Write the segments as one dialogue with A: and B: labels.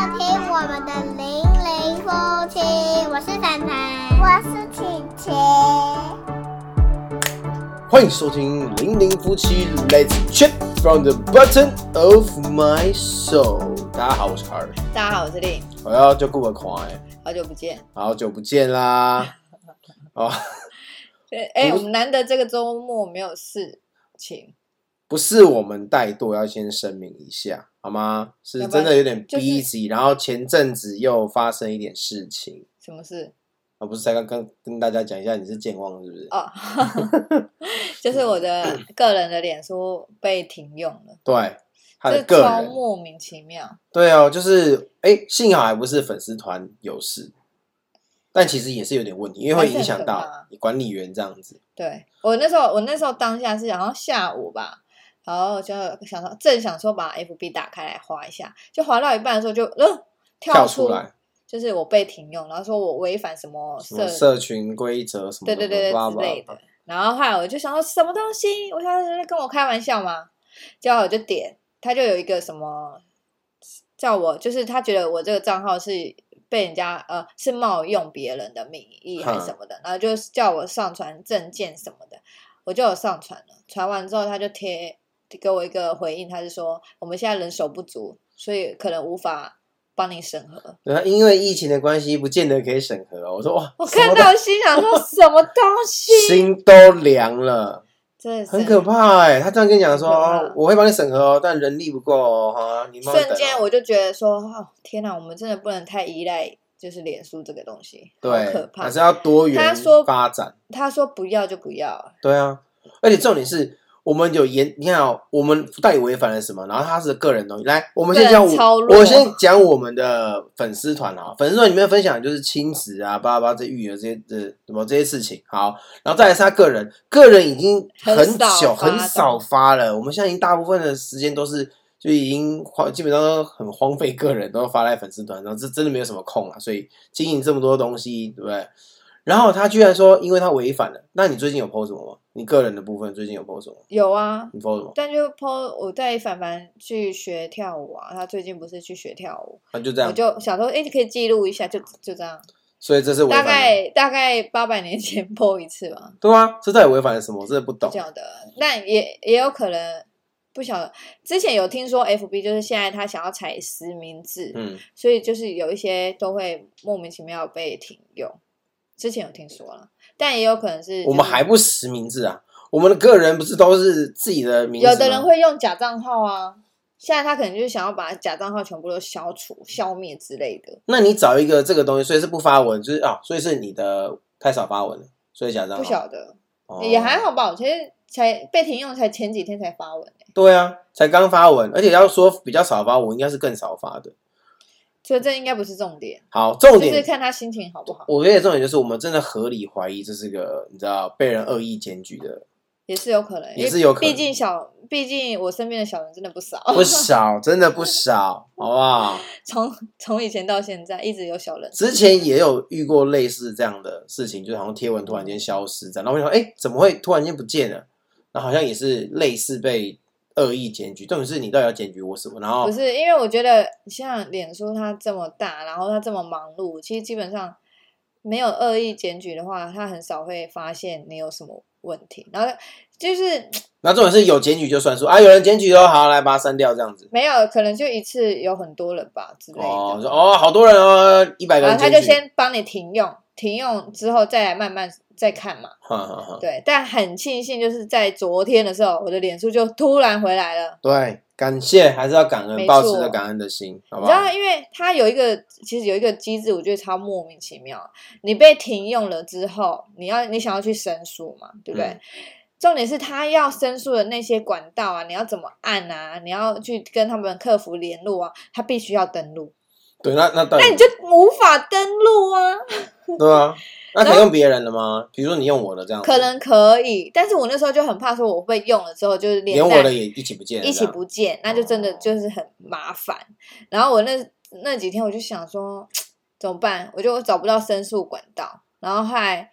A: 我们的零零夫妻，我是凡凡，我是琪琪。
B: 欢迎收听《零零夫妻 Let's Chat from the Bottom of My Soul》。大家好，我是 Carl，
C: 大家好，我是丽，
B: 我要就顾个款哎，
C: 好久不见。
B: 好久不见 啦！哦，
C: 对，哎、
B: 我
C: 我
B: 是
C: 们难得这个周末没有事情，
B: 不是我们怠惰，要先声明一下好吗？是
C: 要不
B: 真
C: 然
B: 的有点
C: 就是
B: busy，然后前阵子又发生一点事情。
C: 什么事？
B: 啊，不是才刚刚跟大家讲一下，你是健忘是不是？
C: 哦，就是我的个人的脸书被停用了，
B: 对，他的
C: 这
B: 啊个
C: 超
B: 人，
C: 莫名其妙。
B: 对哦，就是哎，幸好还不是粉丝团有事，但其实也是有点问题，因为会
C: 还是
B: 影
C: 很
B: 响
C: 可
B: 到
C: 怕
B: 你管理员这样子。
C: 对我那时候，我那时候当下是好像下午吧，然后就想说正想说把 FB 打开来划一下，就划到一半的时候就呃
B: 跳
C: 跳
B: 出来，
C: 就是我被停用，然后说我违反什么
B: 什么
C: 社
B: 社群规则什么
C: 对
B: 的，
C: 对对
B: blah
C: 对
B: blah
C: 之类
B: blah
C: 的。然后后来我就想说什么东西，我想说在跟我开玩笑吗？结果我就点，他就有一个什么叫我，就是他觉得我这个账号是被人家呃是冒用别人的名义还是什么的，然后就叫我上传证件什么的，我就有上传了。传完之后他就贴给我一个回应，他是说我们现在人手不足，所以可能无法帮你审核。
B: 对啊，因为疫情的关系，不见得可以审核哦。我说哇，
C: 我
B: 什么
C: 看
B: 东
C: 到心想说什么东西，
B: 心都凉了，
C: 真的是
B: 很可怕哎。他这样跟你讲说，
C: 很可怕
B: 哦我会帮你审核哦，但人力不够哦，哈，你慢慢
C: 瞬
B: 等
C: 间
B: 哦
C: 我就觉得说，哦，天哪，我们真的不能太依赖就是脸书这个东西，好可
B: 对，
C: 怕
B: 还。是要多元
C: 他说
B: 发展。
C: 他说不要就不要，
B: 对啊，而且重点是我们有严，你看哦，我们到底违反了什么？然后他是个人东西，来，我们先讲
C: 个人操
B: 我，
C: 作
B: 我先讲我们的粉丝团啊，粉丝团里面分享的就是亲子啊、巴拉巴拉这育儿这些这什么这些事情。好，然后再来是他个人，个人已经很
C: 很少
B: 久
C: 发
B: 很少发了，我们现在已经大部分的时间都是。就已经荒，基本上都很荒废个人，都发在粉丝团，然后这真的没有什么空啊，所以经营这么多东西，对不对？然后他居然说，因为他违反了。那你最近有 PO 什么吗？你个人的部分最近有 PO 什么？
C: 有啊。
B: 你 PO 什么？
C: 但就 po 我带凡凡去学跳舞啊，他最近不是去学跳舞，
B: 他就这
C: 我
B: 样，
C: 就想说，哎、你可以记录一下，就就这样，
B: 所以这是违
C: 大
B: 反了。
C: 概大概八百年前 po 一次吧，
B: 对啊，这到底违反了什么？我真的不
C: 不
B: 懂。
C: 晓得，但也也有可能不晓得，之前有听说 FB 就是现在他想要采实名制，
B: 嗯，
C: 所以就是有一些都会莫名其妙被停用。之前有听说了，但也有可能是、
B: 我们还不实名制啊，我们的个人不是都是自己的名字吗
C: 有的人会用假账号啊。现在他可能就是想要把假账号全部都消除、消灭之类的，
B: 那你找一个这个东西，所以是不发文，就是啊，所以是你的太少发文了，所以假账号
C: 不晓得、
B: 哦
C: 也还好吧。我其实才被停用，才前几天才发文、欸，
B: 对啊，才刚发文，而且要说比较少发文，应该是更少发的。
C: 所以这应该不是重点，
B: 好，重
C: 就
B: 点
C: 是看他心情好不好，
B: 我觉得重点就是我们真的合理怀疑这是个你知道被人恶意检举的
C: 也是有可能，
B: 也是有可能
C: 因为毕竟小，毕竟我身边的小人真的不少，
B: 不少，真的不少，好不好？
C: 从从以前到现在一直有小人。
B: 之前也有遇过类似这样的事情，就是好像贴文突然间消失这样，然后我想说，哎、怎么会突然间不见了？然后好像也是类似被恶意检举，重点是你到底要检举我什么？然后
C: 不是，因为我觉得像脸书它这么大，然后它这么忙碌，其实基本上没有恶意检举的话，它很少会发现你有什么问题。然后就是
B: 那重点是有检举就算数啊，有人检举哦，好，来把它删掉这样子。
C: 没有，可能就一次有很多人吧之类的。
B: 哦，说哦，好多人哦，一百个
C: 然后
B: 人检
C: 他就
B: 举，
C: 先帮你停用，停用之后再来慢慢再看嘛。
B: 哈哈哈，
C: 对，但很庆幸就是在昨天的时候，我的脸书就突然回来了。
B: 对，感谢还是要感恩，
C: 没
B: 保持着
C: 错
B: 感恩的心，好
C: 你
B: 不
C: 知
B: 好
C: 道，？因为它有一个，其实有一个机制，我觉得超莫名其妙。你被停用了之后，你要你想要去申诉嘛，对不对？
B: 嗯
C: 重点是他要申诉的那些管道啊，你要怎么按啊？你要去跟他们客服联络啊，他必须要登录，
B: 对，那那到底
C: 那你就无法登录啊。
B: 对啊，那可以用别人的吗？比如说你用我的这样子，
C: 可能可以，但是我那时候就很怕说我被用了之后，就是
B: 连
C: 连带
B: 我的也一起不见了，
C: 一起不见，那就真的就是很麻烦。然后我那那几天我就想说怎么办，我就找不到申诉管道，然后后来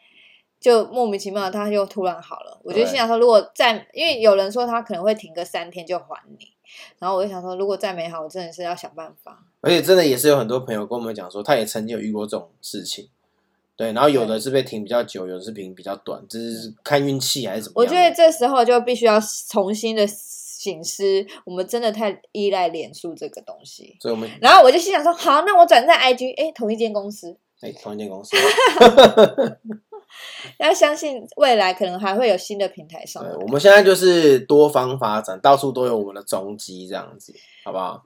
C: 就莫名其妙他就突然好了，我就
B: 对
C: 心想说，如果再因为有人说他可能会停个三天就还你，然后我就想说，如果再美好，我真的是要想办法。
B: 而且真的也是有很多朋友跟我们讲说，他也曾经有遇过这种事情，对，然后有的是被停比较久，有的是停比较短，这是看运气还是怎么
C: 我
B: 样
C: 觉
B: 的。
C: 得这时候就必须要重新的醒思，我们真的太依赖脸书这个东西。
B: 所以我们
C: 然后我就心想说，好，那我转战 IG，哎，同一间公司，
B: 哎、同一间公司，
C: 要相信未来可能还会有新的平台上
B: 对
C: 来，
B: 我们现在就是多方发展，到处都有我们的踪迹，这样子，好不好？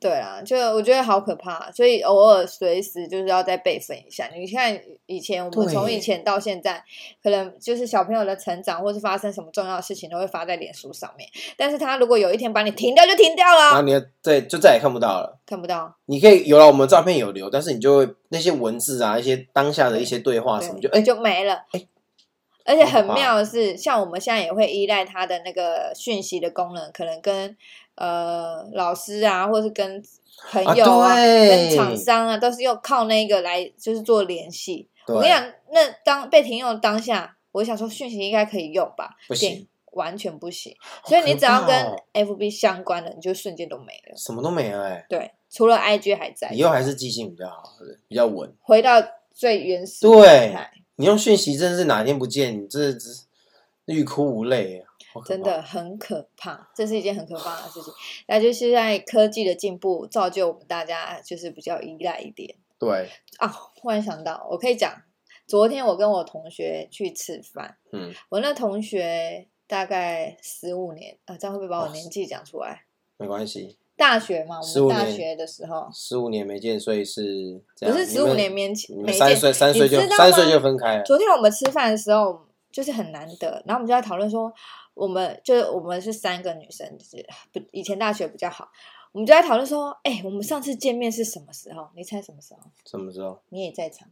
C: 对啊，就我觉得好可怕，所以偶尔随时就是要再备份一下。你看以前我们
B: 对
C: 从以前到现在，可能就是小朋友的成长或是发生什么重要的事情都会发在脸书上面，但是他如果有一天把你停掉就停掉
B: 然后
C: 了，
B: 你就再就再也看不到了。
C: 看不到。
B: 你可以有了我们照片有留，但是你就会那些文字啊，一些当下的一些对话什么，就哎、
C: 对就没了。而且
B: 好
C: 很
B: 可怕
C: 妙的是，像我们现在也会依赖它的那个讯息的功能，可能跟呃老师啊，或是跟朋友啊、
B: 啊对
C: 跟厂商啊，都是用靠那个来就是做联系。
B: 对
C: 我跟你讲，那当被停用的当下，我想说讯息应该可以用吧，
B: 不
C: 点
B: 行，
C: 完全不行。
B: 好
C: 所以你
B: 可
C: 只要
B: 怕
C: 跟
B: 哦
C: FB 相关的，你就瞬间都没了。
B: 什么都没了、哎，
C: 对，除了 IG 还在，
B: 以后还是记性比较好，比较稳。
C: 回到最原始的
B: 对
C: 状态。
B: 你用讯息真的是哪天不见，你这这欲哭无泪、啊，好可
C: 真
B: 怕
C: 的很可怕，这是一件很可怕的事情。那就是在科技的进步造就我们大家就是比较依赖一点
B: 对，
C: 啊。忽然想到，我可以讲，昨天我跟我同学去吃饭，
B: 嗯，
C: 我那同学大概十五年啊，这样会不会把我
B: 哇
C: 年纪讲出来？
B: 没关系，
C: 大学嘛，我
B: 15
C: 们大
B: 年
C: 学的时候
B: 十五年没见，所以是这样
C: 不是
B: 你
C: 十五
B: 们
C: 年年
B: 你
C: 没
B: 们三
C: 见。
B: 岁三岁就
C: 你知道
B: 三岁
C: 吗
B: 就分开了，
C: 昨天我们吃饭的时候，就是很难得，然后我们就在讨论说，我们就是我们是三个女生，就是不以前大学比较好，我们就在讨论说，哎、我们上次见面是什么时候？你猜什么时候？
B: 什么时候？
C: 你也在场，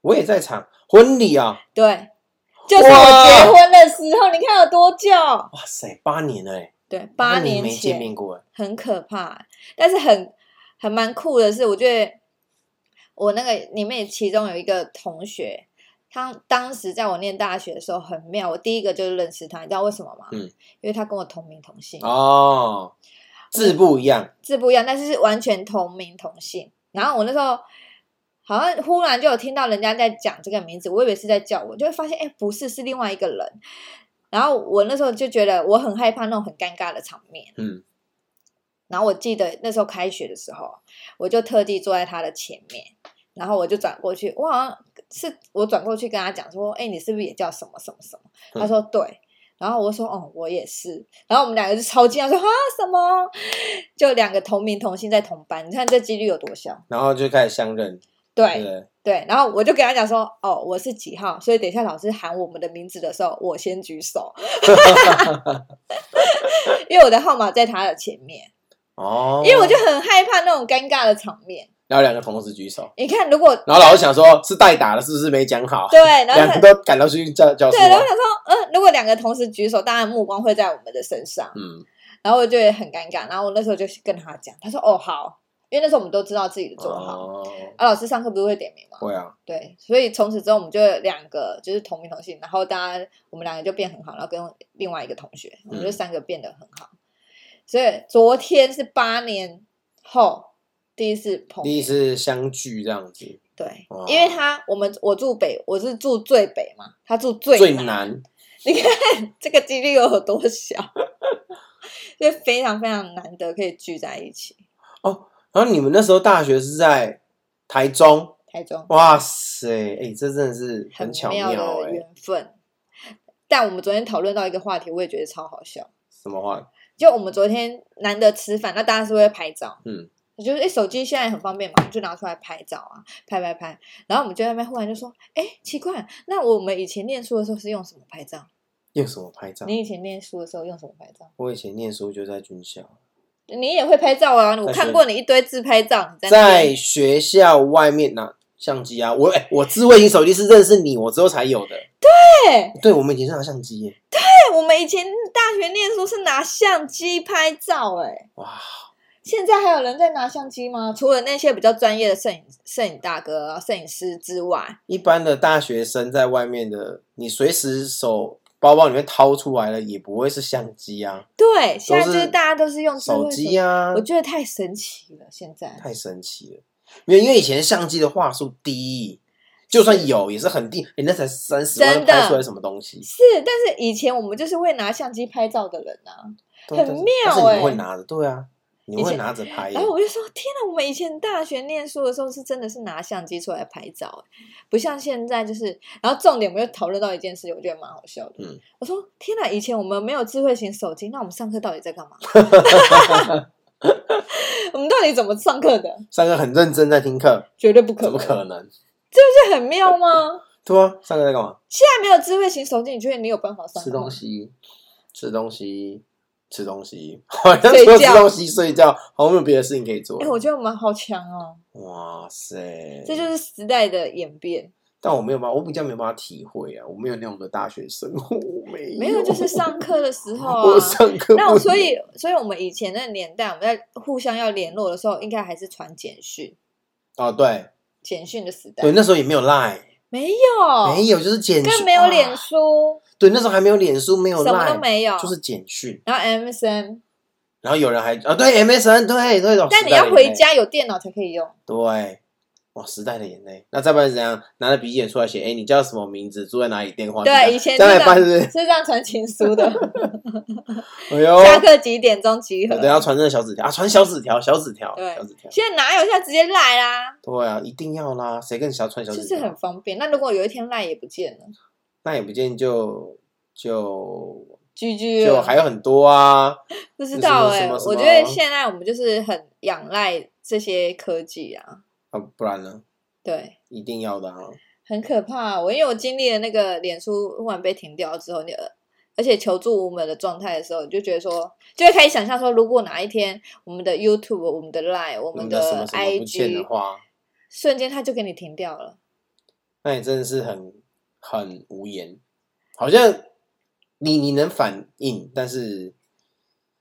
B: 我也在场婚礼啊，
C: 对，就是我结婚的时候，你看有多久？
B: 哇塞，八年了、哎，
C: 对，八年
B: 没见
C: 前，
B: 面过、哎，
C: 很可怕，但是很很蛮酷的是，我觉得我那个里面其中有一个同学，他当时在我念大学的时候很妙，我第一个就认识他，你知道为什么吗？
B: 嗯，
C: 因为他跟我同名同姓，
B: 哦，字不一样，
C: 字不一样，但是是完全同名同姓。然后我那时候好像忽然就有听到人家在讲这个名字，我以为是在叫我，就会发现哎、不是，是另外一个人。然后我那时候就觉得我很害怕那种很尴尬的场面。
B: 嗯，
C: 然后我记得那时候开学的时候，我就特地坐在他的前面，然后我就转过去，我好像是我转过去跟他讲说：“哎、你是不是也叫什么什么什么？”
B: 嗯
C: 他说：“对。”然后我说：“哦，我也是。”然后我们两个就超惊讶说：“啊，什么？”就两个同名同姓在同班，你看这几率有多小？
B: 然后就开始相认，
C: 对
B: 对
C: 对。然后我就跟他讲说：“哦，我是几号？所以等一下老师喊我们的名字的时候，我先 举手， 因为我的号码在他的前面，
B: 哦，
C: 因为我就很害怕那种尴尬的场面。”
B: 然后两个同时举手，
C: 你看，如果
B: 然后老师想说，是代打了，是不是没讲好？
C: 对，然后
B: 两
C: 他
B: 个都赶到去教教室
C: 对，然后
B: 玩
C: 我，想说，嗯，如果两个同时举手，当然目光会在我们的身上，
B: 嗯，
C: 然后我就也很尴尬。然后我那时候就跟他讲，他说：“哦，好。”因为那时候我们都知道自己的座号，
B: 哦，
C: 啊，老师上课不是会点名吗？
B: 会啊，
C: 对，所以从此之后我们就两个就是同名同姓，然后大家我们两个就变很好，然后跟另外一个同学，我
B: 嗯
C: 们就三个变得很好。所以昨天是八年后第一次碰面，
B: 第一次相聚这样子，
C: 对
B: 哇，
C: 因为他我们我住北，我是住最北嘛，他住最
B: 最
C: 南
B: 难，
C: 你看这个几率有多小， 所以非常非常难得可以聚在一起。
B: 然后你们那时候大学是在台中，
C: 台中
B: 哇塞，哎、这真的是很巧
C: 妙
B: 妙
C: 的
B: 哎、
C: 缘分，但我们昨天讨论到一个话题，我也觉得超好笑。
B: 什么话？
C: 就我们昨天难得吃饭，那当然是会拍照。
B: 嗯，
C: 我觉得哎，手机现在很方便嘛，我们就拿出来拍照啊，拍拍拍。然后我们就在那边忽然就说，哎，奇怪，那我们以前念书的时候是用什么拍照？
B: 用什么拍照？
C: 你以前念书的时候用什么拍照？
B: 我以前念书就在军校，
C: 你也会拍照啊？我
B: 在
C: 看
B: 学
C: 过你一堆自拍照，你在那边
B: 在学校外面拿相机啊，我哎、我智慧型手机是认识你我之后才有的，
C: 对。
B: 对，我们以前是拿相机耶、
C: 我们以前大学念书是拿相机拍照、哎，
B: 哇，
C: 现在还有人在拿相机吗？除了那些比较专业的摄影摄影大哥、啊、摄影师之外，
B: 一般的大学生在外面的，你随时手包包里面掏出来的也不会是相机啊，
C: 对，现在就是
B: 是
C: 大家都是用智
B: 手
C: 慧
B: 机啊
C: 我，觉得太神奇了。现在
B: 太神奇了。因为因为以前相机的画素低，就算有也是很低，人家才三十
C: 真
B: 万
C: 的
B: 拍出来什么东西，
C: 是，但是以前我们就是会拿相机拍照的人啊，
B: 对
C: 很
B: 但是
C: 妙
B: 但是你
C: 欸
B: 们会拿着，对啊，你们
C: 以
B: 会
C: 前哎
B: 拿着拍耶
C: 然，后我就说：“天哪，我们以前大学念书的时候是真的是拿相机出来拍照，哎不像现在就是。”然后重点我们又讨论到一件事，我觉得蛮好笑的。
B: 嗯
C: 我说：“天哪，以前我们没有智慧型手机，那我们上课到底 在干嘛？ 我们到底怎么上课的？
B: 上课很认真在听课，
C: 绝对不可
B: 怎
C: 能，
B: 么可能？
C: 这很妙吗？
B: 对啊，上课在干嘛？
C: 现在没有智慧型手机，你觉得你有办法上
B: 吃
C: 课吗
B: 东？西，吃东西，吃东西， 好像除了吃东西睡觉，好像没有别的事情可以做
C: 哎、。我觉得我们好强哦，
B: 哇塞！
C: 这就是时代的演变。
B: 但我没有办法，我比较没有办法体会啊，我没有那种的大学生活，我没有，
C: 没有，就是上课的时候 啊
B: 我，上课不
C: 那我所以，所以我们以前那个年代，我们在互相要联络的时候，应该还是传简讯，
B: 哦，对
C: 简讯的时代
B: 对，那时候也没有 Line，
C: 没有，
B: 没有，就是简讯
C: 更哦没有脸
B: 啊
C: 书，
B: 对，那时候还没有脸书，没有
C: 什么都
B: Line，
C: 没有，
B: 就是哦简讯。
C: 然后 MSN，
B: 然后有人还啊，对 MSN，对对，
C: 但你要回，家有电脑才可以用，
B: 哦对。哇，时代的眼泪。那再不然是怎样？拿着笔记本出来写，哎，你叫什么名字？住在哪里？电话就这样
C: 对，以前是
B: 这样
C: 这
B: 来办是不
C: 样，
B: 是
C: 是这样传情书的，
B: 哎呦，
C: 下课几点钟集合
B: 对，？要传那个小纸条啊，传小纸条，小纸条，
C: 对
B: 小纸条，
C: 现在哪有？现在直接赖啦，
B: 对啊，一定要啦，谁跟你想要传小
C: 就
B: 纸
C: 是很
B: 条？
C: 方便。那如果有一天赖也不见了，
B: 那也不见就就
C: 居居
B: 就还有很多啊，
C: 不知道
B: 什
C: 哎、
B: 么什么
C: 我觉得现在我们就是很仰赖这些科技啊，
B: 啊，不然呢？
C: 对，
B: 一定要的啊，
C: 很可怕啊、我因为我经历了那个脸书忽然被停掉之后，你呃而且求助无门的状态的时候，你就觉得说，就会开始想象说，如果哪一天我们的 YouTube、我们的 Line、我
B: 我们
C: 们
B: 的什么什么不见的
C: IG，
B: 话，
C: 瞬间它就给你停掉了。
B: 那你真的是很很无言，好像你你能反应，但是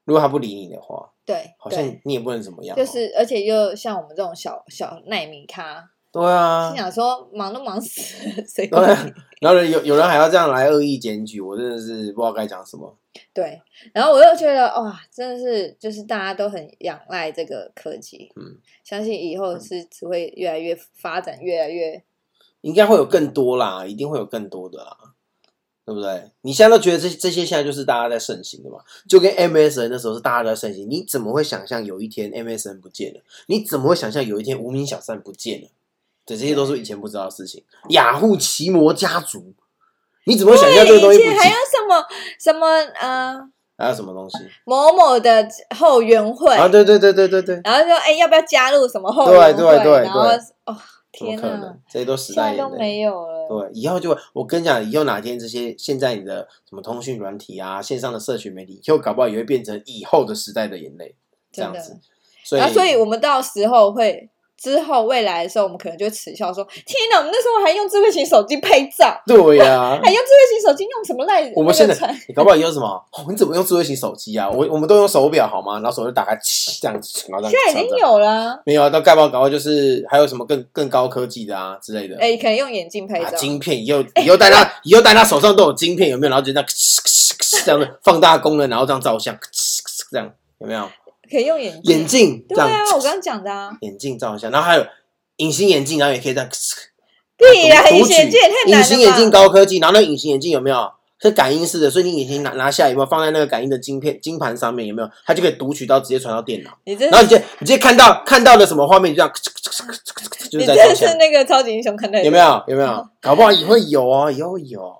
B: 如果他不理你的话，
C: 对，
B: 好
C: 对，
B: 像你也不能怎么样哦，
C: 就是而且又像我们这种小小耐米咖，
B: 对啊
C: 心，想说忙都忙死 了，
B: 对
C: 谁管你？
B: 啊，然后有有人还要这样来恶意检举，我真的是不知道该讲什么。
C: 对，然后我又觉得哇，真的是就是大家都很仰赖这个科技，
B: 嗯，
C: 相信以后是只会越来越发展，越来越
B: 应该会有
C: 嗯
B: 更多啦，一定会有更多的啦，对不对？你现在都觉得这这些现在就是大家在盛行的嘛，就跟 MSN 那时候是大家都在盛行，你怎么会想象有一天 MSN 不见了？你怎么会想象有一天无名小站不见了？对，这些都是以前不知道的事情。雅虎奇摩家族，你怎么会想象这个东
C: 以
B: 西不
C: 前还有
B: 见？
C: 什么什么呃
B: 还有什么东西
C: 某某的后援会，
B: 啊？对对对对对对，
C: 然后说哎要不要加入什么后援会，
B: 对对对
C: 然后
B: 对
C: 哦
B: 怎么
C: 天
B: 可
C: 哪
B: 能，？这些都时
C: 现
B: 代
C: 在
B: 眼
C: 都
B: 泪。
C: 没有了，
B: 对，以后就会我跟你讲，以后哪天这些现在你的什么通讯软体啊、线上的社群媒体，以后搞不好也会变成以后的时代的眼泪这
C: 真
B: 样
C: 的。
B: 子。所以，
C: 然后所以我们到时候会。之后未来的时候，我们可能就会耻笑说：“天哪，我们那时候还用智慧型手机拍照，
B: 对呀、
C: 还用智慧型手机用什么赖？”
B: 嗯我们现在
C: 那个传
B: 你搞不好以后什么、哦你怎么用智慧型手机啊？我我们都用手表好吗？然后手就打开，这样子，然后这样
C: 现在已
B: 这样
C: 经
B: 子
C: 有了，
B: 没有啊？到盖包搞不好就是还有什么更更高科技的啊之类的。
C: 哎、可能用眼镜拍
B: 啊，
C: 照，
B: 晶片以后以后大家以后大家手上都有晶片，有没有？然后就这样这样子放大功能，然后这样照相，这样有没有？
C: 可以用眼镜。
B: 眼镜这
C: 对
B: 样，
C: 啊，我刚刚讲的啊，
B: 眼镜照一下，然后还有隐形眼镜，然后也可以这样。
C: 对哎呀，
B: 啊读
C: 隐形眼镜也太
B: 隐
C: 难了吧？
B: 形眼镜高科技，然后那个隐形眼镜有没有是感应式的？所以你眼睛拿拿下来有没有放在那个感应的晶片晶盘上面有没有？它就可以读取到直接传到电脑，
C: 你真
B: 然后
C: 的
B: 你就你直接看到看到的什么画面，就这样就是
C: 你
B: 在
C: 真的
B: 照
C: 是
B: 相，
C: 那个超级英雄看待
B: 有没？有？有没有？搞不好也会有哦，以后会有，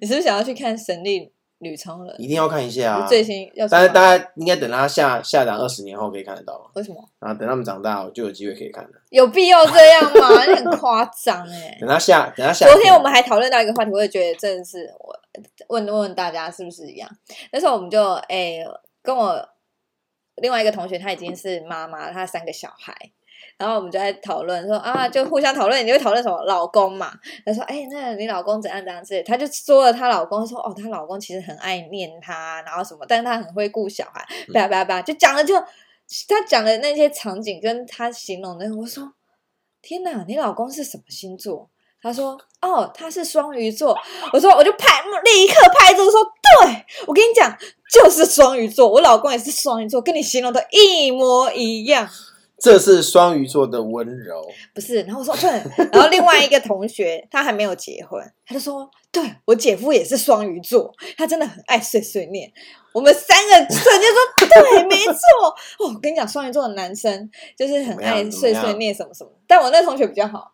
C: 你是不是想要去看《神力女超人
B: 一定要看一下》啊。
C: 最新要出
B: 但
C: 吗？
B: 是大家应该等它下下档二十年后可以看得到嘛，
C: 为什么
B: 然后等他们长大，我就有机会可以看了。
C: 有必要这样吗？你很夸张哎！
B: 等它下，等它下。
C: 昨天我们还讨论到一个话题，我也觉得真的是我问问大家是不是一样？那时候我们就哎、跟我另外一个同学，她已经是妈妈，她三个小孩，然后我们就在讨论说啊，就互相讨论，你会讨论什么老公嘛？她说哎、那你老公怎样怎样之类，她就说了她老公说哦，她老公其实很爱念她，然后什么，但是她很会顾小孩，叭叭叭，就讲了就她讲的那些场景跟她形容的，我说天哪，你老公是什么星座？他说：“哦，他是双鱼座。”我说：“我就拍，立刻拍桌说，对我跟你讲，就是双鱼座，我老公也是双鱼座，跟你形容的一模一样。”
B: 这是双鱼座的温柔，
C: 不是，然后我说对，然后另外一个同学他还没有结婚，他就说，对我姐夫也是双鱼座，他真的很爱碎碎念。我们三个瞬间说对，没错。哦，我跟你讲，双鱼座的男生就是
B: 怎
C: 很爱
B: 么样
C: 碎
B: 怎么
C: 碎
B: 样
C: 念什么什么，但我那同学比较好，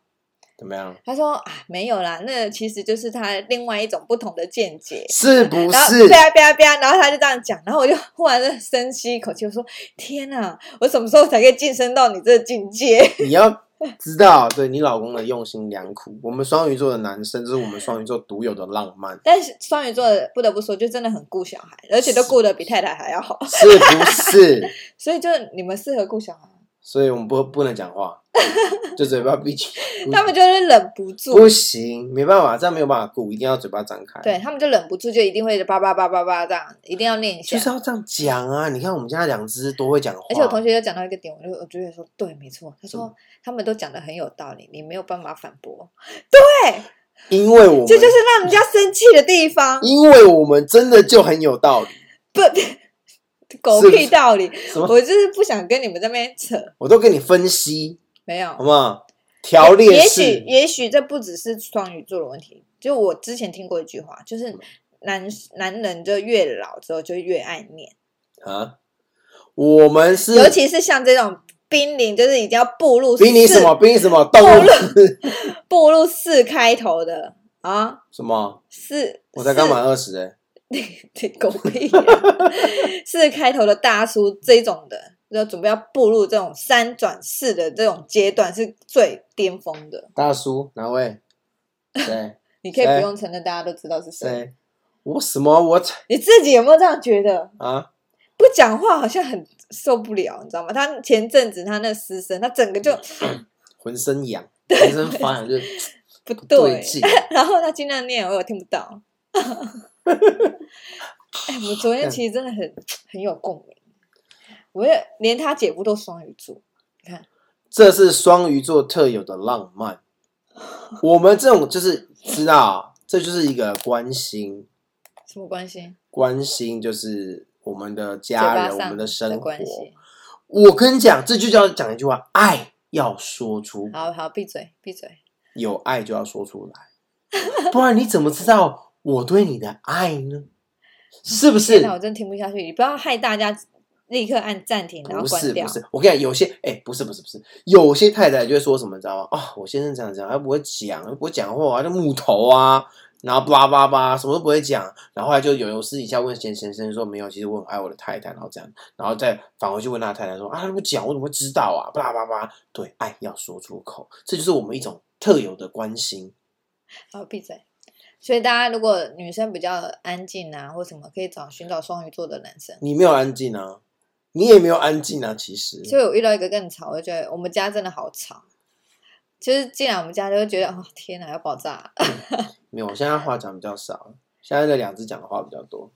B: 怎么样？
C: 他说啊没有啦，那其实就是他另外一种不同的见解。
B: 是不
C: 然后啊
B: 是？
C: 啪啪啪，然后他就这样讲，然后我就忽然就深吸一口气，我说天哪，我什么时候才可以晋升到你这个境界？
B: 你要知道，对你老公的用心良苦。我们双鱼座的男生，这是我们双鱼座独有的浪 漫，
C: 但是双鱼座的不得不说，就真的很顾小孩，而且都顾得比太太还要好，
B: 是不是？
C: 所以就你们适合顾小孩，
B: 所以我们不不能讲 话，就嘴巴闭起。
C: 他们就是忍不住
B: 不，行，没办法，这样没有办法顾，一定要嘴巴张开。
C: 对，他们就忍不住，就一定会叭叭叭叭叭这样，一定要念一下
B: 就。是要这样讲啊！你看我们家两只多会讲话，
C: 而且我同学就讲到一个点，我就我就会说，对，没错，他
B: 什
C: 说
B: 么
C: 他们都讲的很有道理，你没有办法反驳，
B: 因为我们嗯
C: 这就是让人家生气的地方，
B: 因为我们真的就很有道理。
C: 不。狗
B: 是不
C: 屁
B: 是
C: 道理，
B: 什么？
C: 我就是不想跟你们这边扯，
B: 我都跟你分析，
C: 没有
B: 好，不好？条列
C: 也
B: 式
C: 许也许这不只是双鱼座的问题，就我之前听过一句话，
B: 嗯
C: 就是男男人就越老之后就越爱念，
B: 啊，我们是
C: 尤其是像这种濒临就是已经要步入
B: 比你
C: 四
B: 什么比你什么动物
C: 步入四开头的啊
B: 什么？
C: 四，
B: 我才刚满二十哎，
C: 这狗屁啊、 四开头的大叔这种的，就准备要步入这种三转四的这种阶段是最巅峰的，
B: 大叔哪位？谁
C: 你可以不
B: 谁
C: 用承认，大家都知道是谁。
B: 谁？我什么我才
C: 你自己有没有这样觉得？
B: 啊？
C: 不讲话好像很受不了，你知道吗？他前阵子他那失声，他整个就
B: 浑身痒，浑身发痒，就
C: 不
B: 不
C: 对，
B: 劲。
C: 然后他尽量念，我有听不到。哎，我昨天其实真的很很有共鸣，我也连他姐夫都双鱼座，你看
B: 这是双鱼座特有的浪漫。我们这种就是知道，这就是一个关心，
C: 什么关系？
B: 关心就是我们的
C: 嘴
B: 家
C: 巴
B: 人，我
C: 上
B: 们的生活。
C: 关系。
B: 我跟你讲，这就叫讲一句话：爱要说出口
C: 好好闭嘴，闭嘴。
B: 有爱就要说出来，不然你怎么知道我对你的爱呢？是不
C: 天
B: 是
C: 哪，？我真听不下去，你不要害大家立刻按暂停，然后
B: 不
C: 关
B: 是
C: 掉
B: 不。是，我跟你讲，有些哎、不是不是不是，有些太太就会说什么，你知道吗？啊、我先生这样这样，他不会讲，他不会讲话、啊，就木头啊，然后叭叭叭，什么都不会讲，然后后来就有有私底下问先先生说没有，其实我很爱我的太太，然后这样，然后再返回去问他太太说啊，他都不讲，我怎么会知道啊？叭叭叭，对，爱要说出口，这就是我们一种特有的关心。
C: 好，闭嘴。所以大家如果女生比较安静啊，或什么，可以找寻找双鱼座的男生。
B: 你没有安静啊，你也没有安静啊，其实
C: 所以我遇到一个更吵，我就觉得我们家真的好吵。就是进来我们家就会觉得，哦天哪，要爆炸了！
B: 没有。我现在话讲比较少，现在这两只讲的话比较多。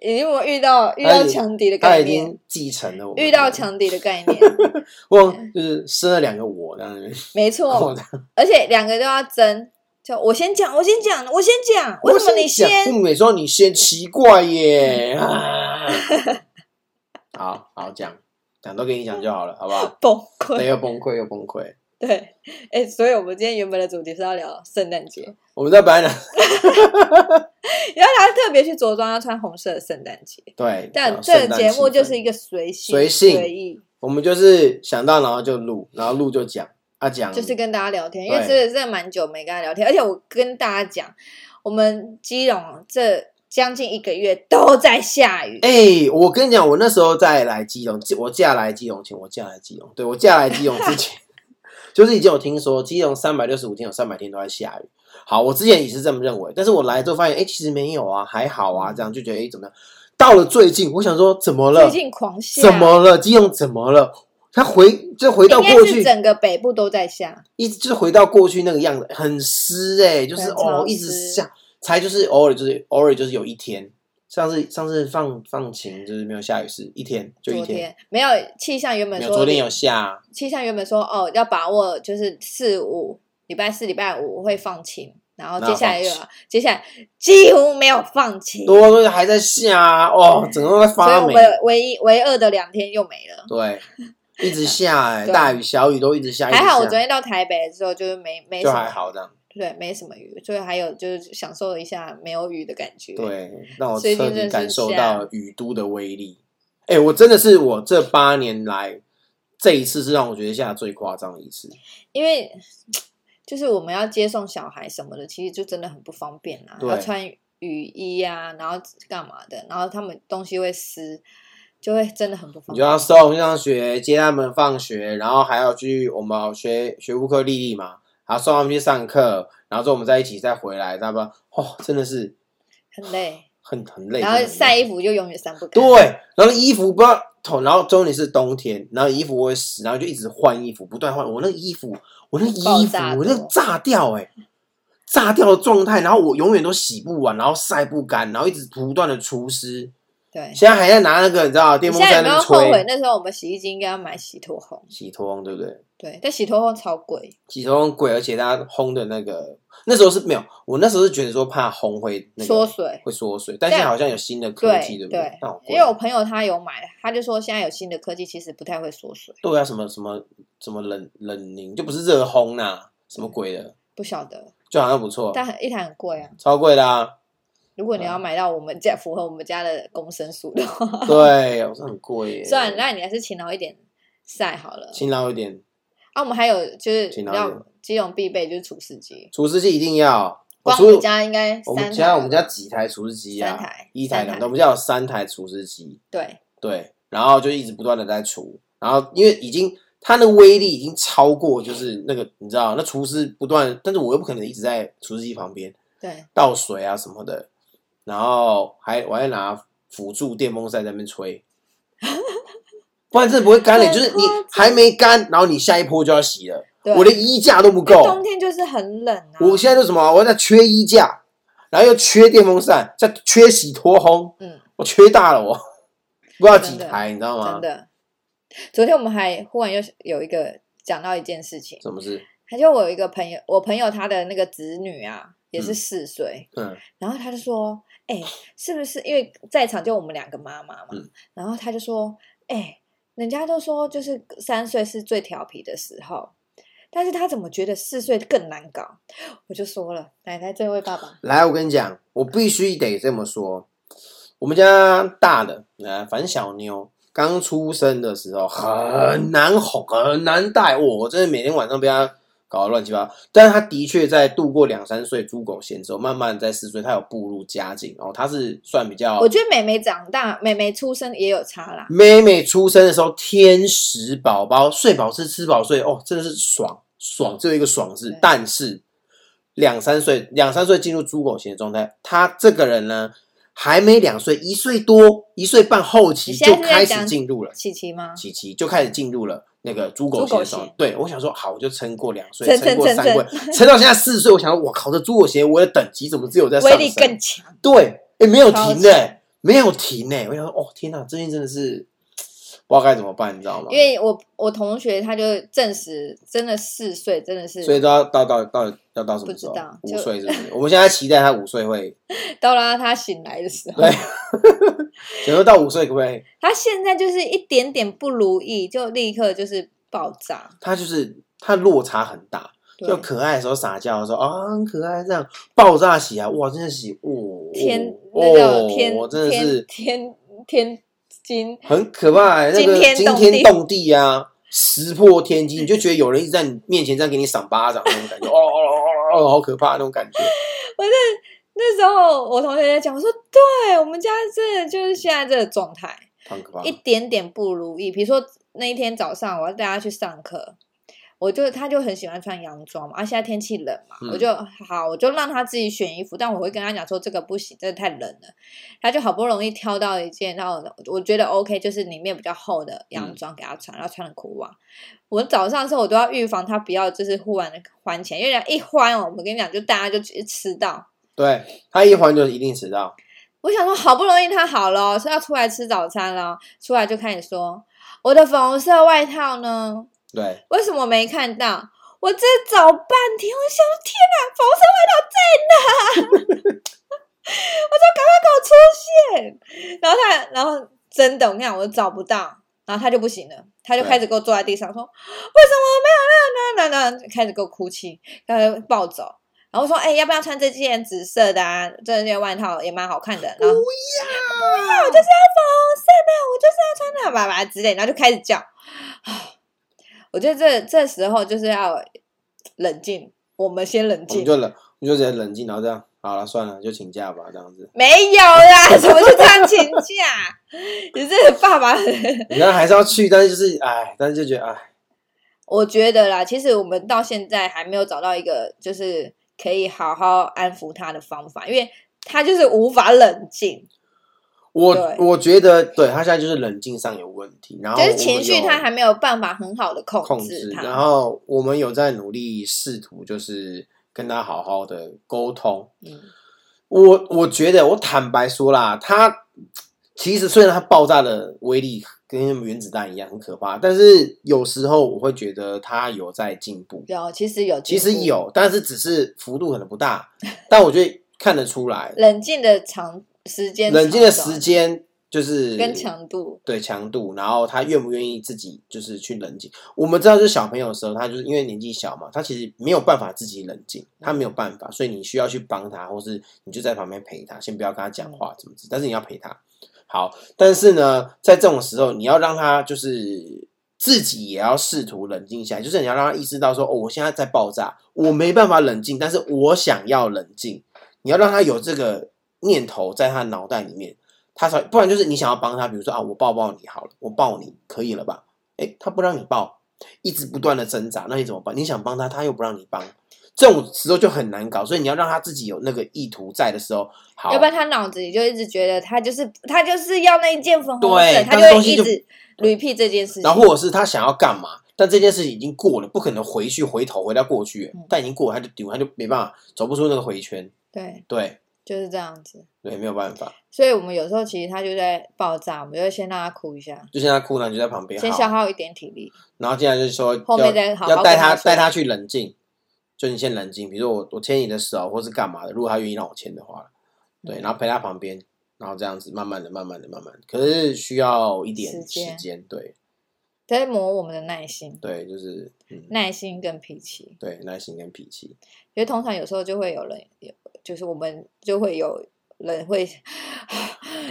C: 已经我遇到遇
B: 他
C: 到
B: 已
C: 强敌的
B: 他
C: 概
B: 已
C: 念
B: 经，继承了我们
C: 遇到
B: 的
C: 强嗯敌的概 念，
B: 我就是生了两个我，当然
C: 没
B: 我
C: 错，而且两个都要争。就我先讲，我先讲，我先讲，为什么你
B: 先
C: 先
B: 讲？？每说你先奇怪 耶。啊好好讲，讲都给你讲就好了，好不 好？对，
C: 崩溃。
B: 又崩溃又崩溃。
C: 对，哎，所以我们今天原本的主题是要聊圣诞节，
B: 我们在白兰，
C: 然后他特别去着装要穿红色的圣诞节，
B: 对，
C: 但
B: 啊
C: 这
B: 圣
C: 个
B: 诞
C: 节目
B: 气
C: 就
B: 氛
C: 是一个随性、
B: 随性
C: 随意，
B: 我们就是想到然后就录，然后录就讲啊讲，
C: 就是跟大家聊天，因为
B: 对
C: 真的真的蛮久没跟他聊天，而且我跟大家讲，我们基隆这将近一个月都在下雨，
B: 哎、我跟你讲，我那时候在来基隆，我嫁来基隆前，我嫁来基隆，对我嫁来基隆之 前，就是已经有听说基隆三百六十五天有三百天都在下雨。好，我之前也是这么认为，但是我来之后发现，哎、其实没有啊，还好啊，这样就觉得，哎、怎么样？到了最近，我想说，怎么了
C: 最？近狂下，
B: 怎么了？基隆怎么了？他回就回到
C: 应该
B: 过
C: 是
B: 去，
C: 整个北部都在下，
B: 一直就是回到过去那个样子，很湿哎、就是
C: 很潮
B: 哦，一直
C: 湿
B: 下，才就是偶尔就是偶尔就是有一天，上次上次放放晴就是没有下雨是一天就一
C: 昨没有气象原本
B: 没有
C: 说
B: 昨天有下，
C: 气象原本说哦要把握就是四五。礼拜四、礼拜五我会放晴，然后
B: 那
C: 接下来
B: 放
C: 又有接下来几乎没有放晴，
B: 多多还在下哦，整个都在
C: 所以
B: 发
C: 我
B: 霉
C: 们。唯一唯二的两天又没了。
B: 对，一直下哎、
C: 对
B: 大雨小雨都一直下。一直
C: 还好我
B: 下
C: 昨天到台北的时候就是没没什
B: 就
C: 么
B: 还好这样。
C: 对，没什么雨，所以还有就是享受一下没有雨的感觉。，
B: 对，让我
C: 最近
B: 彻
C: 真
B: 底
C: 的
B: 感
C: 是
B: 受
C: 下
B: 到雨都的威力。哎、我真的是我这八年来这一次是让我觉得下得最夸张的一次。
C: 因为就是我们要接送小孩什么的，其实就真的很不方便啦，
B: 对
C: 要穿雨衣啊，然后干嘛的，然后他们东西会湿，就会真的很不方
B: 你就要
C: 便。
B: 送上学，接他们放学，然后还要去我们学学乌克丽丽嘛，然后送他们去上课，然后之后我们在一起再回来，知道吧？哦，真的是
C: 很累，
B: 很很累。
C: 然后
B: 真的很累
C: 晒衣服就永远晒不干。
B: 对，然后衣服不知道头，然后重点是冬天，然后衣服会湿，然后就一直换衣服，不断换。我那个衣服，我那个衣
C: 爆
B: 服
C: 炸，
B: 我那个
C: 多
B: 炸掉哎、炸掉的状态，然后我永远都洗不完，然后晒不干，然后一直不断的除湿。
C: 对，
B: 现在还在拿那个你知道电
C: 你
B: 风
C: 现在
B: 扇那
C: 有没有
B: 个
C: 后悔
B: 吹
C: 那时候我们洗衣机应该要买洗脱烘？
B: 洗脱烘，对不对？
C: 对，但洗脱烘超贵，
B: 洗脱烘贵，而且它烘的那个那时候是没有，我那时候是觉得说怕烘会那
C: 缩
B: 个
C: 水。
B: 会缩水，但现在好像有新的科技，
C: 对
B: 不对？那好贵
C: 因为我朋友他有买，他就说现在有新的科技，其实不太会缩水，
B: 对啊，什么什么什么冷冷凝，就不是热烘呐、什么鬼的，
C: 不晓得，
B: 就好像不错，
C: 但很一台很贵啊。
B: 超贵的 啊。
C: 如果你
B: 嗯
C: 要买到我们家 符合我们家的公升数的话，
B: 对，我说很贵耶。
C: 算了，那你还是勤劳一点晒好了。
B: 勤劳一点，
C: 啊，我们还有就是你
B: 勤
C: 知
B: 劳一点
C: 道基隆必备就是除湿机，
B: 除湿机一定要。我
C: 光
B: 除
C: 我们家应该
B: 我们
C: 三台吧，
B: 家我们家几台除湿机啊？
C: 三台
B: 一台
C: 三
B: 两台，
C: 台
B: 我们家有三台除湿机。
C: 对
B: 对，然后就一直不断的在除，然后因为已经它的威力已经超过，就是那个你知道，那厨师不断，但是我又不可能一直在厨师机旁边
C: 对
B: 倒水啊什么的，然后还我还拿辅助电风扇在那边 吹，不然真的不会干的，就是你还没干，然后你下一波就要洗了，
C: 对。
B: 我的衣架都不
C: 因为冬
B: 够，
C: 天就是很冷啊。
B: 我现在就什么，我在缺衣架，然后又缺电风扇，再缺洗脱烘，
C: 嗯，
B: 我缺大了我，不知道几
C: 真的
B: 台，你知道吗
C: 真？的。昨天我们还忽然又有一个讲到一件事情，
B: 什么事？
C: 他就我有一个朋友，我朋友他的那个子女啊，也是
B: 嗯
C: 四岁，
B: 嗯，
C: 然后他就说：“哎、是不是因为在场就我们两个妈妈嘛？”
B: 嗯
C: 然后他就说：“哎、人家都说就是三岁是最调皮的时候，但是他怎么觉得四岁更难搞？”我就说了，奶奶这位爸爸，
B: 来，我跟你讲，我必须得这么说。我们家大的，呃，反正小妞刚出生的时候很难哄，很难带。我我真的每天晚上被她搞得乱七八糟。但是她的确在度过两三岁猪狗线之后，慢慢在四岁，她有步入佳境。哦，她是算比较
C: 我觉得妹妹长大，妹妹出生也有差啦。
B: 妹妹出生的时候，天使宝宝睡饱吃，吃饱睡，哦，真的是爽爽，只有一个爽字
C: 嗯对。
B: 但是两三岁，两三岁进入猪狗型的状态，他这个人呢，还没两岁，一岁多、一岁半后期
C: 你现在
B: 就是
C: 在
B: 开始
C: 讲
B: 进入了，
C: 琪琪吗？
B: 琪琪就开始进入了那个猪狗
C: 猪
B: 型
C: 狗
B: 的时候
C: 型。
B: 对，我想说，好，我就撑过两岁，
C: 撑
B: 撑过
C: 撑
B: 三岁，撑到现在四岁，我想说，我靠，这猪狗型我的等级怎么只有在上
C: 威力
B: 升
C: 更强，
B: 对，哎，没有停的、
C: 超强
B: 没有停呢、我想说，哦，天哪，最近真的是不知道该怎么办，你知道吗？
C: 因为我我同学他就证实，真的四岁真的是
B: 所以都要到到到要到什么
C: 不
B: 时
C: 知
B: 候
C: 道？
B: 五
C: 就
B: 岁是不是？我们现在期待他五岁 会，
C: 到了他醒来的时候
B: 对，想说到五岁可不可以？
C: 他现在就是一点点不如意，就立刻就是爆炸。
B: 他就是他落差很大，
C: 对
B: 就可爱的时候撒娇的时候啊，很可爱这样爆炸洗啊，哇，真的洗，哦，
C: 天，那
B: 哦
C: 叫，天，
B: 我真的是
C: 天天天津，
B: 很可怕、欸，那个
C: 惊天
B: 惊
C: 动
B: 天
C: 地嗯
B: 动地啊，石破天惊，你就觉得有人一直在你面前这样给你赏巴掌那种感 觉，哦哦哦哦哦，好可怕那种感觉。
C: 那时候我同学在讲，我说对我们家这就是现在这个状态，
B: 很可怕
C: 一。点点不如意。比如说那一天早上我要带他去上课，我就他就很喜欢穿洋装嘛，啊，现在天气冷嘛，
B: 嗯
C: 我就好，我就让他自己选衣服，但我会跟他讲说这个不行，这个太冷了。他就好不容易挑到一件，然后我觉得 OK，就是里面比较厚的洋装给他穿，然后穿了裤袜。我早上的时候我都要预防他不要就是忽然还钱，因为一还哦，我跟你讲，就大家就直接吃到。
B: 对他一还就一定迟到，
C: 我想说，好不容易他好了，是要出来吃早餐了，出来就开始说我的粉红色外套呢，
B: 对，
C: 为什么没看到？我这找半天，我想天哪，防身味道在哪？ 我说赶快给我出现。然后他，然后真的，我跟你讲，我找不到，然后他就不行了，他就开始给我坐在地上说，为什么没有让让让让，开始给我哭泣，然后暴走。然后我说，哎、要不要穿这件紫色的啊？这件外套也蛮好看的。然后我就是要粉红色的，我就是要穿的爸爸之类，然后就开始叫。啊我觉得这这时候就是要冷静，我们先冷
B: 我们
C: 静。
B: 就冷，我们就直接冷静，然后这样好了，算了，就请假吧，这样子。
C: 没有啦，什么是这样请假？ 你这个爸爸，
B: 你看还是要去，但是就是哎，但是就觉得哎，
C: 我觉得啦，其实我们到现在还没有找到一个就是可以好好安抚他的方法，因为他就是无法冷静，
B: 我
C: 对
B: 我觉得对他现在就是冷静上有问题，然后
C: 就是
B: 我
C: 情
B: 们
C: 绪
B: 有
C: 他还没有办法很好的控
B: 控
C: 制
B: 制，
C: 他。
B: 然后我们有在努力试图就是跟他好好的沟通。
C: 嗯
B: 我我觉得我坦白说啦，他其实虽然他爆炸的威力跟那种原子弹一样很可怕，但是有时候我会觉得他有在进步。
C: 有，其实有，
B: 其实。有，但是只是幅度可能不大，但我觉得看得出 来，
C: 冷静的长时间长短，
B: 冷静的时间就是
C: 跟强度，
B: 对强度，然后他愿不愿意自己就是去冷静。我们知道，就是小朋友的时候，他就是因为年纪小嘛，他其实没有办法自己冷静，他没有办法，所以你需要去帮他，或是你就在旁边陪他，先不要跟他讲话怎么子，但是你要陪他。好，但是呢，在这种时候，你要让他就是自己也要试图冷静下来，就是你要让他意识到说，哦，我现在在爆炸，我没办法冷静，但是我想要冷静。你要让他有这个念头在他脑袋里面，他才不然就是你想要帮他，比如说啊，我抱抱你好了，我抱你可以了吧？哎，他不让你抱，一直不断的挣扎，那你怎么办？你想帮他，他又不让你帮，这种时候就很难搞。所以你要让他自己有那个意图在的时候，好，
C: 要不然他脑子里就一直觉得他就是他就是要那一件粉红色，
B: 对
C: 他
B: 但是
C: 会
B: 东西
C: 一
B: 就
C: 直 repeat 这件事情。
B: 然后或者是他想要干嘛，但这件事情已经过了，不可能回去回头回到过去
C: 嗯，
B: 但已经过了，他就丢，他就没办法走不出那个回圈，
C: 对，
B: 对
C: 就是这样子。
B: 对，没有办法，
C: 所以我们有时候其实他就在爆炸，我们就会先让他哭一下，
B: 就现在哭呢就在旁边，
C: 先
B: 好
C: 消耗一点体力。
B: 然后接下来就是说
C: 后面
B: 要
C: 再好好
B: 要带
C: 跟他
B: 他
C: 说
B: 带他去冷静，就你先冷静，比如说我我牵你的手啊或是干嘛的，如果他愿意让我牵的话，对，
C: 嗯
B: 然后陪他旁边，然后这样子慢慢的、慢慢的、慢慢的，可是需要一点
C: 时
B: 时
C: 间
B: 间，对
C: 在磨我们的耐心，
B: 对，就是嗯，
C: 耐心跟脾气。
B: 对耐心跟脾气，
C: 因为通常有时候就会有人，有就是我们就会有人会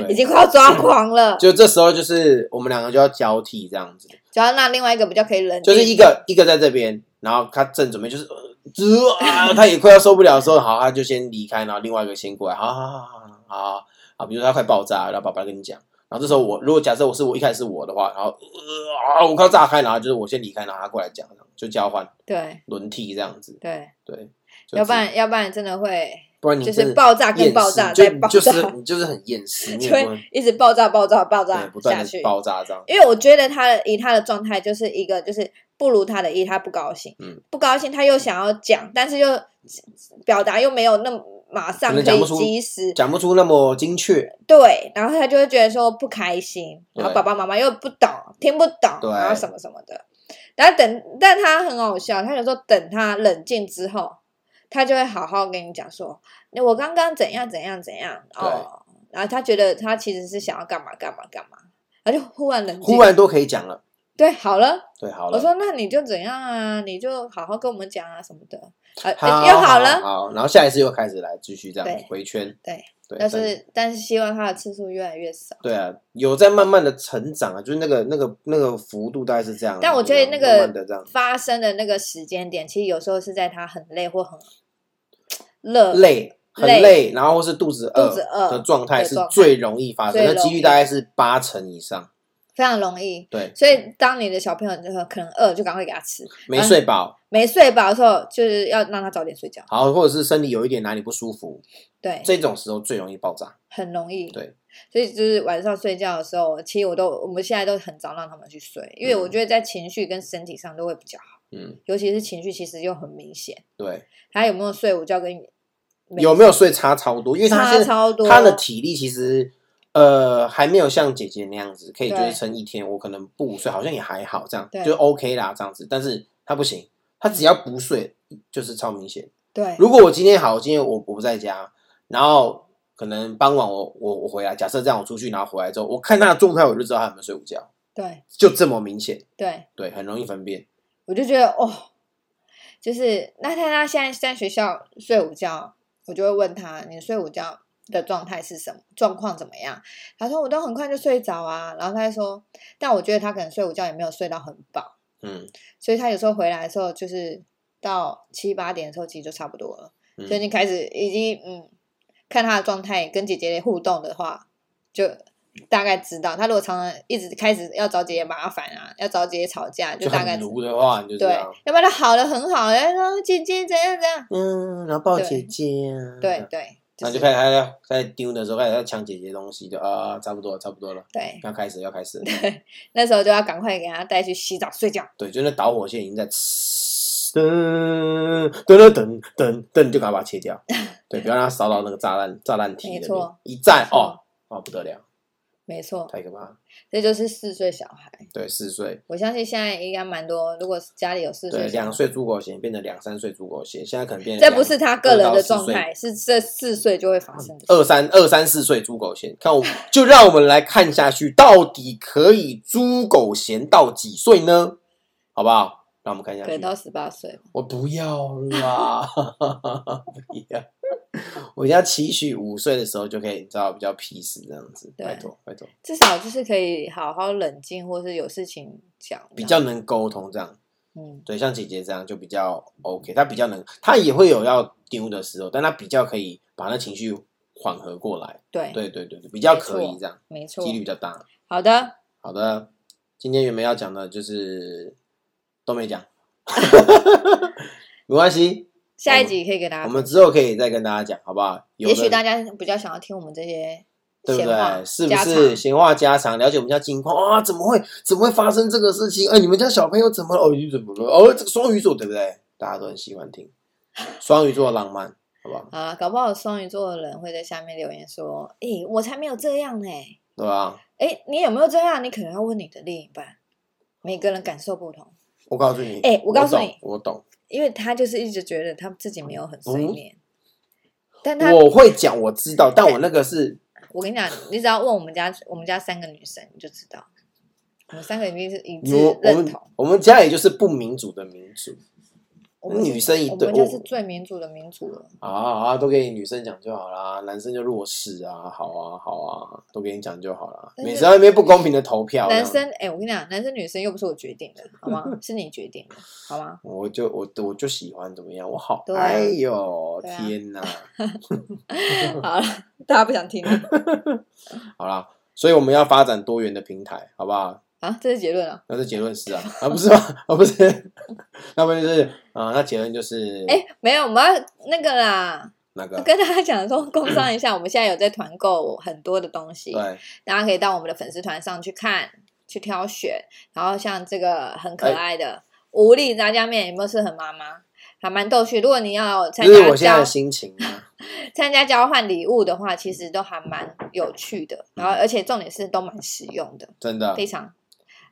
C: 已
B: 对，
C: 经快要抓狂了，
B: 就这时候就是我们两个就要交替这样子，
C: 主要让另外一个比较可以冷静，
B: 就是一个一个在这边，然后他正准备就是，呃啊，他也快要受不了的时候，好，他就先离开，然后另外一个先过来，好好好好好好好，比如说他快爆炸了，然后爸爸跟你讲，然后这时候我如果假设我是我一开始是我的话，然后呃啊，我快要炸开，然后就是我先离开，然后他过来讲，就交换
C: 对
B: 轮替这样子，
C: 对，
B: 对，就
C: 要不
B: 这
C: 然
B: 样
C: 要不然真的会
B: 不然你
C: 就
B: 真
C: 是
B: 的
C: 爆炸
B: 厌
C: 跟
B: 世
C: 爆炸
B: 就
C: 再爆炸，
B: 就是你就是很厌 世，你
C: 就
B: 也不
C: 会
B: 会
C: 一直爆炸爆炸爆
B: 对
C: 炸
B: 不
C: 下
B: 断
C: 去
B: 的。爆炸这样，
C: 因为我觉得他的以他的状态就是一个就是不如他的意，他不高兴，
B: 嗯
C: 不高兴他又想要讲，但是又表达又没有那么马上
B: 可
C: 可
B: 能讲
C: 以
B: 不出
C: 及时，
B: 讲不出那么精确，
C: 对，然后他就会觉得说不开心，
B: 对
C: 然后爸爸妈妈又不懂，听不懂，
B: 对
C: 然后什么什么的。然后等，但他很好笑，他有时候等他冷静之后，他就会好好跟你讲说，那我刚刚怎样怎样怎样哦。然后他觉得他其实是想要干嘛干嘛干嘛，然后就忽然冷静，
B: 忽然都可以讲了，
C: 对，好了，
B: 对，好了
C: 嗯我。说那你就怎样啊，你就好好跟我们讲啊什么的，呃，
B: 好，
C: 又好了，
B: 好，然后下一次又开始来继续这样
C: 对
B: 回圈，
C: 对
B: 对，
C: 但是但是希望他的次数越来越少。
B: 对啊，有在慢慢的成长啊，就是那个那个那个幅度大概是这样，啊
C: 但我觉得那
B: 慢慢的
C: 个
B: 这样
C: 发生的那个时间点，其实有时候是在他很累或很热，
B: 累。很
C: 呃累
B: 累，然后或是肚子饿
C: 肚子饿
B: 的状态
C: 的
B: 是
C: 状态
B: 最容易发生，
C: 最
B: 那
C: 容易
B: 几率大概是八成以上。
C: 非常容易。
B: 对，
C: 所以当你的小朋友呃可能饿，就赶快给他吃；
B: 没睡饱，
C: 没睡饱的时候，就是要让他早点睡觉。
B: 好，或者是身体有一点哪里不舒服，
C: 对，
B: 这种时候最容易爆炸。
C: 很容易。
B: 对，
C: 所以就是晚上睡觉的时候，其实我都我们现在都很早让他们去睡，因为我
B: 嗯
C: 觉得在情绪跟身体上都会比较好，
B: 嗯，
C: 尤其是情绪其实又很明显。
B: 对，
C: 他有没有睡午觉跟
B: 有没有睡差超多？因为他
C: 差
B: 是
C: 超多？
B: 他的体力其实呃还没有像姐姐那样子，可以就
C: 对
B: 是撑一天。我可能不午睡，好像也还好，这样
C: 对嗯
B: 就 OK 啦，这样子。但是他不行，他只要不睡就是超明显。
C: 对，
B: 如果我今天好，今天我我不在家，然后可能傍晚我我我回来，假设这样我出去，然后回来之后，我看他的状态，我就知道他有没有睡午觉，
C: 对，
B: 就这么明显，
C: 对，
B: 对，很容易分辨。
C: 我就觉得哦，就是那他他现在在学校睡午觉，我就会问他，你睡午觉的状态是什么，状况怎么样？他说我都很快就睡着啊，然后他就说，但我觉得他可能睡午觉也没有睡到很饱，
B: 嗯，
C: 所以他有时候回来的时候，就是到七八点的时候，其实就差不多了，
B: 嗯
C: 所以你开始已经嗯，看他的状态跟姐姐互动的话，就大概知道他如果常常一直开始要找姐姐麻烦啊，要找姐姐吵架，
B: 就
C: 大概
B: 很
C: 知
B: 毒的话，你就知
C: 对，
B: 道。
C: 要不然他好了很好，然后说姐姐怎样怎样，
B: 嗯，然后抱姐姐啊，
C: 对，对，
B: 那
C: 是
B: 就开始他在在丢的时候，开始在抢姐姐东西，就啊，差不多了，差不多了，
C: 对
B: 要开始，要开始了，
C: 对，那时候就要赶快给他带去洗澡睡觉，
B: 对，就那导火线已经在呲噔噔噔噔噔，你就赶快把它切掉，对，不要让它烧到那个炸弹炸弹体里
C: 没
B: 面
C: 错，
B: 一炸哦哦不得了，
C: 没错，
B: 太可怕了，
C: 这就是四岁小孩。
B: 对，四岁，
C: 我相信现在应该蛮多，如果是家里有四
B: 对，
C: 岁小
B: 两
C: 孩，
B: 岁猪狗血变成两三岁猪狗血，现在可能变成
C: 这
B: 两
C: 不是他个人的状态，是这四岁就会发生的事。
B: 嗯二三二三四岁猪狗贤，看我就让我们来看下去，到底可以猪狗贤到几岁呢？好不好？让我们看下
C: 可能
B: 去。
C: 到十八岁，
B: 我不要啦， 不要！我一定要期许五岁的时候就可以，你知道比较 peace 这样子。
C: 对
B: 拜托，拜托，
C: 至少就是可以好好冷静，或是有事情讲。
B: 比较能沟通这样。
C: 嗯，
B: 对，像姐姐这样就比较 OK，她比较能，她也会有要丢的时候，但她比较可以把那情绪缓和过来。
C: 对，
B: 对对对对，比较
C: 没错
B: 可以这样，
C: 没错
B: 几。率比较大。
C: 好的，
B: 好的，今天原本要讲的就是都没讲， 没关系，
C: 下一集可以给大
B: 我
C: 家，
B: 们之后可以再跟大家讲，好不好？有
C: 也许
B: 的
C: 大家比较想要听我们这些
B: 对不
C: 闲话
B: 对？是不
C: 家常
B: 是闲话家常，了解我们家近况啊？怎么会怎么会发生这个事情？哎，你们家小朋友怎么了？哦，你怎么了？哦，这个双鱼座对不对？大家都很喜欢听双鱼座的浪漫，好不好？
C: 啊，搞不好双鱼座的人会在下面留言说：“诶、我才没有这样呢、
B: 对吧？
C: 诶、你有没有这样？你可能要问你的另一半，每个人感受不同，
B: 我告诉你，
C: 哎我告诉
B: 懂
C: 你
B: 我懂，
C: 因为他就是一直觉得他自己没有很碎
B: 嗯
C: 念，但他
B: 我会讲，我知道，但我那个是
C: 我跟你讲，你只要问我们家我们家三个女生，你就知道，我们三个一定是一致
B: 我我
C: 认
B: 们
C: 同。
B: 我们家也就是不民主的民主。
C: 我们
B: 女生一
C: 我
B: 对
C: 们家
B: 我
C: 是最民主的民主了。
B: 啊啊，都给你女生讲就好啦，男生就弱势啊，好啊好啊，都给你讲就好啦。
C: 但是
B: 每次在那边不公平的投票，
C: 男
B: 这样
C: 生，哎、我跟你讲，男生女生又不是我决定的，好 吗？是你决定的，好吗？
B: 我就我我就喜欢怎么样，我好
C: 对啊
B: 哎呦
C: 对啊
B: 天哪，
C: 好了， 大家不想听了
B: 好啦，所以我们要发展多元的平台，好不好？
C: 啊？这是结论啊！
B: 那这结论是啊，啊不是吗？啊不是， 那不就是啊？那结论就是
C: 哎、没有，我们要那个啦，
B: 那个
C: 跟大家讲说，工商一下，我们现在有在团购很多的东西，
B: 对，
C: 大家可以到我们的粉丝团上去看、去挑选。然后像这个很
B: 哎
C: 可爱的无力炸酱面，有没有适合妈妈？还蛮逗趣。如果你要参
B: 这是
C: 加
B: 我现在
C: 交
B: 的心情啊。
C: 参加交换礼物的话，其实都还蛮有趣的。然后而且重点是都蛮实用的，
B: 真的
C: 非常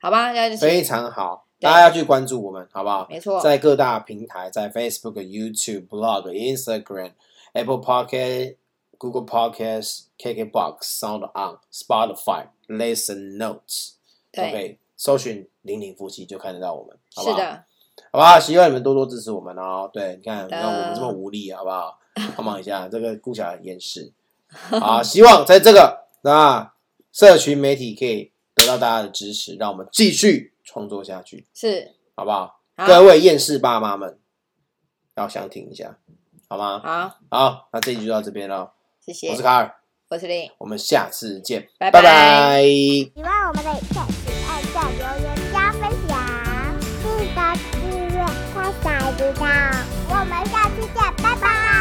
C: 好吧？那就是
B: 嗯非常好，
C: 对
B: 大家要去关注我们，好不好？
C: 没错，
B: 在各大平台，在 Facebook、YouTube、Blog、Instagram、Apple Pocket、Google Podcast、KKBox、Sound On、Spotify、Listen Notes，都可
C: 对，
B: 以搜寻“零零夫妻”就看得到我们，好不
C: 是
B: 好？
C: 的，
B: 好不好？希望你们多多支持我们哦。对，你看，你看
C: 的
B: 我们这么无力，啊好不 好？帮忙一下，这个顾小很厌世。啊，希望在这个那社群媒体可以得到大家的支持，让我们继续创作下去，
C: 是
B: 好不好？
C: 好
B: 各位厌世爸妈们，要想听一下，好吗？
C: 好，
B: 好，那这一集就到这边了。
C: 谢谢
B: 我是，卡尔，
C: 我是令，
B: 我们下次见，
C: 拜
B: 拜
C: 拜
B: 拜
A: 喜欢我们的影片，请按赞、留言、加分享，记得订阅，快闪知道。我们下期见，拜拜。